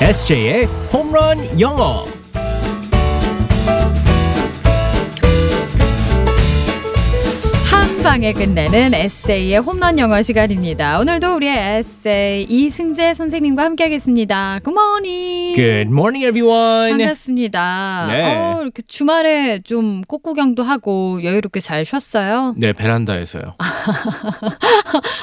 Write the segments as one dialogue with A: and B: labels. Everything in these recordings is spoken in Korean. A: SJ의 홈런 영어.
B: 한 방에 끝내는 에세이의 홈런 영어 시간입니다. 오늘도 우리의 에세이 이승재 선생님과 함께하겠습니다. Good morning.
A: Good morning, everyone.
B: 반갑습니다.
A: 네.
B: 어, 이렇게 주말에 좀 꽃구경도 하고 여유롭게 잘 쉬었어요.
A: 네, 베란다에서요.
B: 아.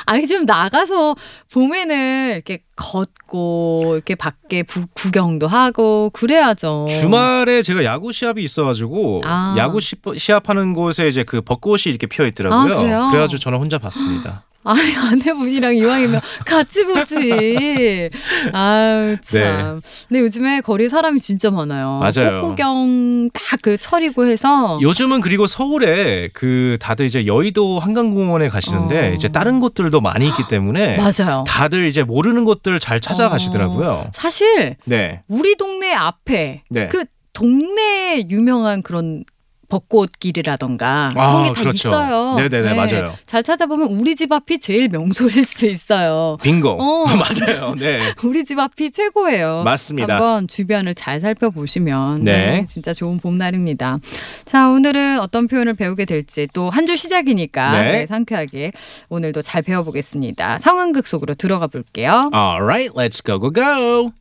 B: 아니 좀 나가서 봄에는 이렇게 걷고 이렇게 밖에 부- 구경도 하고 그래야죠.
C: 주말에 제가 야구 시합이 있어가지고
B: 아.
C: 야구 시- 시합하는 곳에 이제 그 벚꽃이 이렇게 피어 있더라고요.
B: 아, 그래요?
C: 그래가지고 저는 혼자 봤습니다.
B: 아이 아내분이랑 이왕이면 같이 보지. 아유 참. 근데 요즘에 거리 에 사람이 진짜 많아요.
C: 네. 맞아요.
B: 꽃 구경 딱 그 철이고 해서
C: 요즘은 그리고 서울에 그 다들 이제 여의도 한강공원에 가시는데
B: 어.
C: 이제 다른 곳들도 많이 있기 때문에
B: 맞아요.
C: 네. 다들 이제 모르는 곳들 잘 찾아가시더라고요.
B: 사실
C: 네,
B: 우리 동네 앞에
C: 네.
B: 어. 그 동네 유명한 그런 벚꽃길이라던가 그런 게 다
C: 그렇죠.
B: 있어요.
C: 네네네,
B: 네.
C: 맞아요.
B: 잘 찾아보면 우리 집 앞이 제일 명소일 수도 있어요.
C: 빙고.
B: 어.
C: 맞아요. 네.
B: 우리 집 앞이 최고예요.
C: 맞습니다.
B: 한번 주변을 잘 살펴보시면
C: 네.
B: 네, 진짜 좋은 봄날입니다. 자, 오늘은 어떤 표현을 배우게 될지 또 한 주 시작이니까
C: 네.
B: 네, 상쾌하게 오늘도 잘 배워보겠습니다. 상황극 속으로 들어가 볼게요.
C: Alright, let's go, go, go.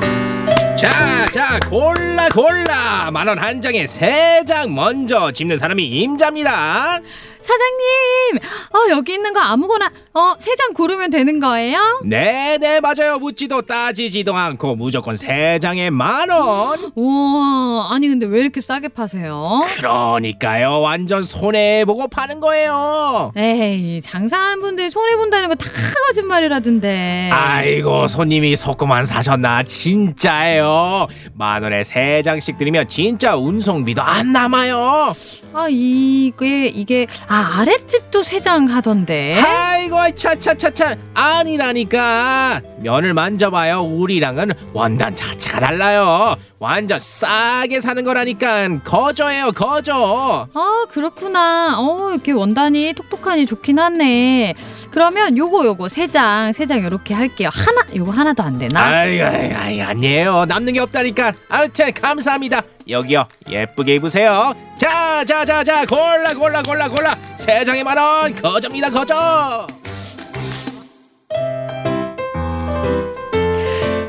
A: 자, 자, 골라, 골라. 만 원 한 장에 세 장 먼저 집는 사람이 임자입니다.
B: 사장님, 어, 여기 있는 거 아무거나 어, 세 장 고르면 되는 거예요?
A: 네, 네, 맞아요. 묻지도 따지지도 않고 무조건 세 장에 만 원.
B: 우와, 아니 근데 왜 이렇게 싸게 파세요?
A: 그러니까요, 완전 손해 보고 파는 거예요.
B: 에이, 장사하는 분들이 손해본다는 거 다 거짓말이라던데.
A: 아이고 손님이 소금만 사셨나 진짜예요 만 원에 세 장씩 드리면 진짜 운송비도 안 남아요
B: 아, 이게, 이게, 아, 아랫집도 세장 하던데.
A: 아이고 차차차차 아니라니까 면을 만져봐요 우리랑은 원단 자체가 달라요 완전 싸게 사는 거라니까 거저예요 거저
B: 아, 그렇구나. 어, 이렇게 원단이 톡톡하니 좋긴 하네. 그러면 요거, 요거, 세 장, 세 장 요렇게 할게요. 하나, 요거 하나도 안 되나?
A: 아이고 아이, 아이, 아니에요 남는 게 없다니까 아무튼 감사합니다 여기요 예쁘게 입으세요 자자자자 골라 골라 골라 골라 세 장에 만 원 거저입니다 거저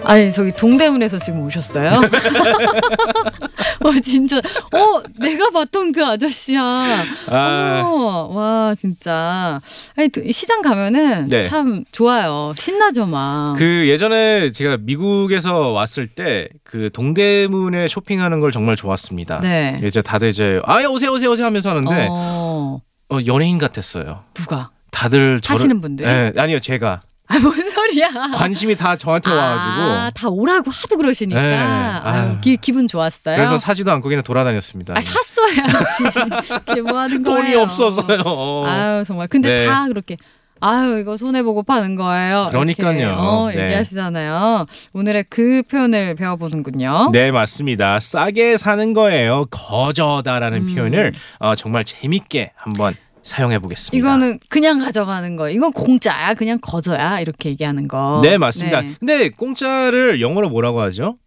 B: 아니, 저기 동대문에서 지금 오셨어요? 와, 진짜. 어, 내가 봤던 그 아저씨야.
C: 아,
B: 어, 와, 진짜. 아니, 또 시장 가면은
C: 네.
B: 참 좋아요. 신나죠, 막.
C: 그 예전에 제가 미국에서 왔을 때 그 동대문에 쇼핑하는 걸 정말 좋았습니다.
B: 네.
C: 이제 다들 이제 아 오세요 오세요 오세요 하면서 하는데
B: 어,
C: 어, 연예인 같았어요.
B: 누가?
C: 다들 저를
B: 하시는 분들이?
C: 예, 아니요 제가
B: 아, 뭔 소리야.
C: 관심이 다 저한테
B: 아,
C: 와가지고
B: 다 오라고 하도 그러시니까.
C: 네.
B: 아유,
C: 아유.
B: 기, 기분 좋았어요.
C: 그래서 사지도 않고 그냥 돌아다녔습니다.
B: 아, 샀어야지. 이게 뭐 하는 거예요?
C: 돈이 없어서요. 어.
B: 아유, 정말. 근데
C: 네.
B: 다 그렇게. 아유, 이거 손해보고 파는 거예요.
C: 그러니까요.
B: 이렇게, 어,
C: 네.
B: 얘기하시잖아요. 오늘의 그 표현을 배워보는군요.
C: 네 맞습니다. 싸게 사는 거예요. 거저다라는
B: 음.
C: 표현을 어, 정말 재밌게 한번 사용해 보겠습니다.
B: 이거는 그냥 가져가는 거. 이건 공짜야. 그냥 거저야. 이렇게 얘기하는 거.
C: 네 맞습니다.
B: 네.
C: 근데 공짜를 영어로 뭐라고 하죠?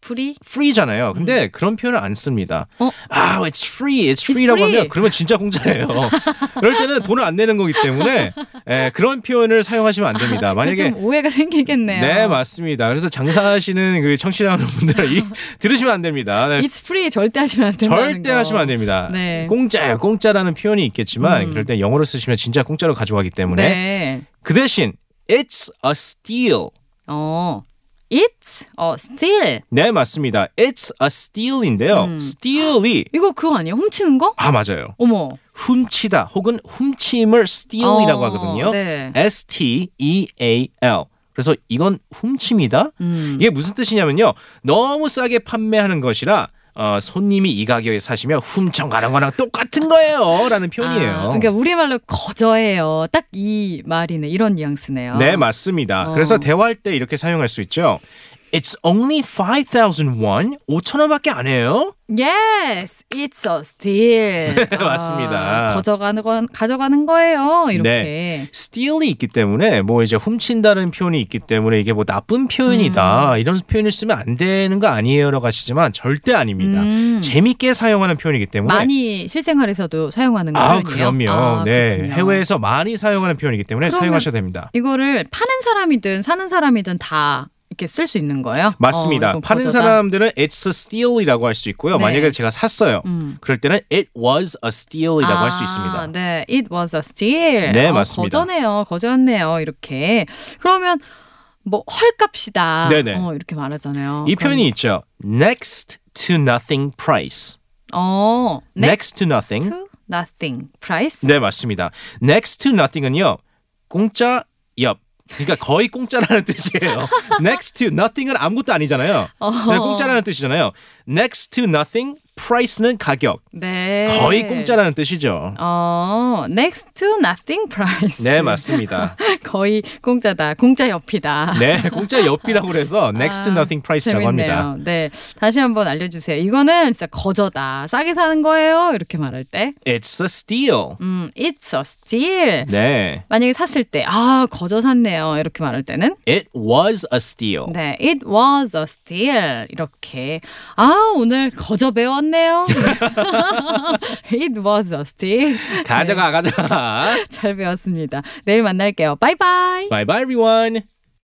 B: 프리?
C: free잖아요. 근데 그런 표현을 안 씁니다.
B: 음. 어?
C: 아, it's free, it's
B: It's
C: free라고
B: free.
C: 하면 그러면 진짜 공짜예요. 그럴 때는 돈을 안 내는 거기 때문에 에, 그런 표현을 사용하시면 안 됩니다. 만약에
B: 아, 좀 오해가 생기겠네요.
C: 네 맞습니다. 그래서 장사하시는 그 청취하는 분들 이 들으시면 안 됩니다. 네,
B: It's free 절대 하시면 안 된다는
C: 절대
B: 거.
C: 하시면 안 됩니다.
B: 네.
C: 공짜예요, 공짜라는 표현이 있겠지만
B: 음.
C: 그럴 때 영어로 쓰시면 진짜 공짜로 가져가기 때문에
B: 네.
C: 그 대신 it's a steal.
B: 어, it's 어 steal
C: 네 맞습니다. It's a steal인데요.
B: 음.
C: steal이
B: 이거 그거 아니야? 훔치는 거?
C: 아 맞아요.
B: 어머,
C: 훔치다 혹은 훔침을 steal이라고
B: 어,
C: 하거든요.
B: 네.
C: S T E A L. 그래서 이건 훔침이다.
B: 음.
C: 이게 무슨 뜻이냐면요. 너무 싸게 판매하는 것이라 어, 손님이 이 가격에 사시면 훔쳐 가는 거랑 똑같은 거예요라는 표현이에요.
B: 아, 그러니까 우리말로 거저예요. 딱 이 말이네. 이런 뉘앙스네요.
C: 네 맞습니다.
B: 어.
C: 그래서 대화할 때 이렇게 사용할 수 있죠. It's only 5,000 won. 5,000원밖에 안 해요.
B: Yes, it's a steal. 아,
C: 네, 맞습니다. 네.
B: 가져가는 건 가져가는 거예요. 이렇게.
C: steal이 있기 때문에 뭐 이제 훔친다는 표현이 있기 때문에 이게 뭐 나쁜 표현이다
B: 음.
C: 이런 표현을 쓰면 안 되는 거 아니에요라고 하시지만 절대 아닙니다.
B: 음,
C: 재밌게 사용하는 표현이기 때문에
B: 많이 실생활에서도 사용하는 거예요.
C: 아 그럼요. 네 해외에서 많이 사용하는 표현이기 때문에
B: 그러면-
C: 사용하셔도 됩니다.
B: 이거를 파는 사람이든 사는 사람이든 다 이렇게 쓸 수 있는 거예요. 어,
C: 맞습니다.
B: 이거
C: 파는
B: 거저다.
C: 사람들은 it's a steal이라고 할 수 있고요.
B: 네.
C: 만약에 제가 샀어요.
B: 음.
C: 그럴 때는 it was a steal이라고 할 수
B: 아,
C: 있습니다.
B: 네, it was a steal.
C: 네,
B: 어,
C: 맞습니다.
B: 거저네요, 거저네요. 이렇게 그러면 뭐 헐값이다.
C: 네네.
B: 어, 이렇게 말하잖아요.
C: 이
B: 그럼,
C: 표현이 있죠. next to nothing price.
B: 어,
C: next
B: next
C: to nothing.
B: to nothing price.
C: 네, 맞습니다. Next to nothing은요. 공짜 옆. 그러니까 거의 공짜라는 뜻이에요. Next to nothing은 아무것도 아니잖아요.
B: 어,
C: 그냥 공짜라는 뜻이잖아요. Next to nothing, price는 가격.
B: 네.
C: 거의 공짜라는 뜻이죠.
B: 어, next to nothing price.
C: 네, 맞습니다.
B: 거의 공짜다. 공짜 옆이다.
C: 네, 공짜 옆이라고 그래서 next to
B: 아,
C: nothing price라고 합니다.
B: 재밌네요. 네. 다시 한번 알려주세요. 이거는 진짜 거저다. 싸게 사는 거예요. 이렇게 말할 때.
C: It's a steal.
B: 음, it's a steal.
C: 네,
B: 만약에 샀을 때, 아, 거저 샀네요. 이렇게 말할 때는.
C: it was a steal.
B: 네, it was a steal. 이렇게. 아, 오늘 거저 배웠네요. it was a steal.
C: 가져가, 가져가.
B: 잘 배웠습니다. 내일 만날게요. 바이바이.
C: Bye bye everyone.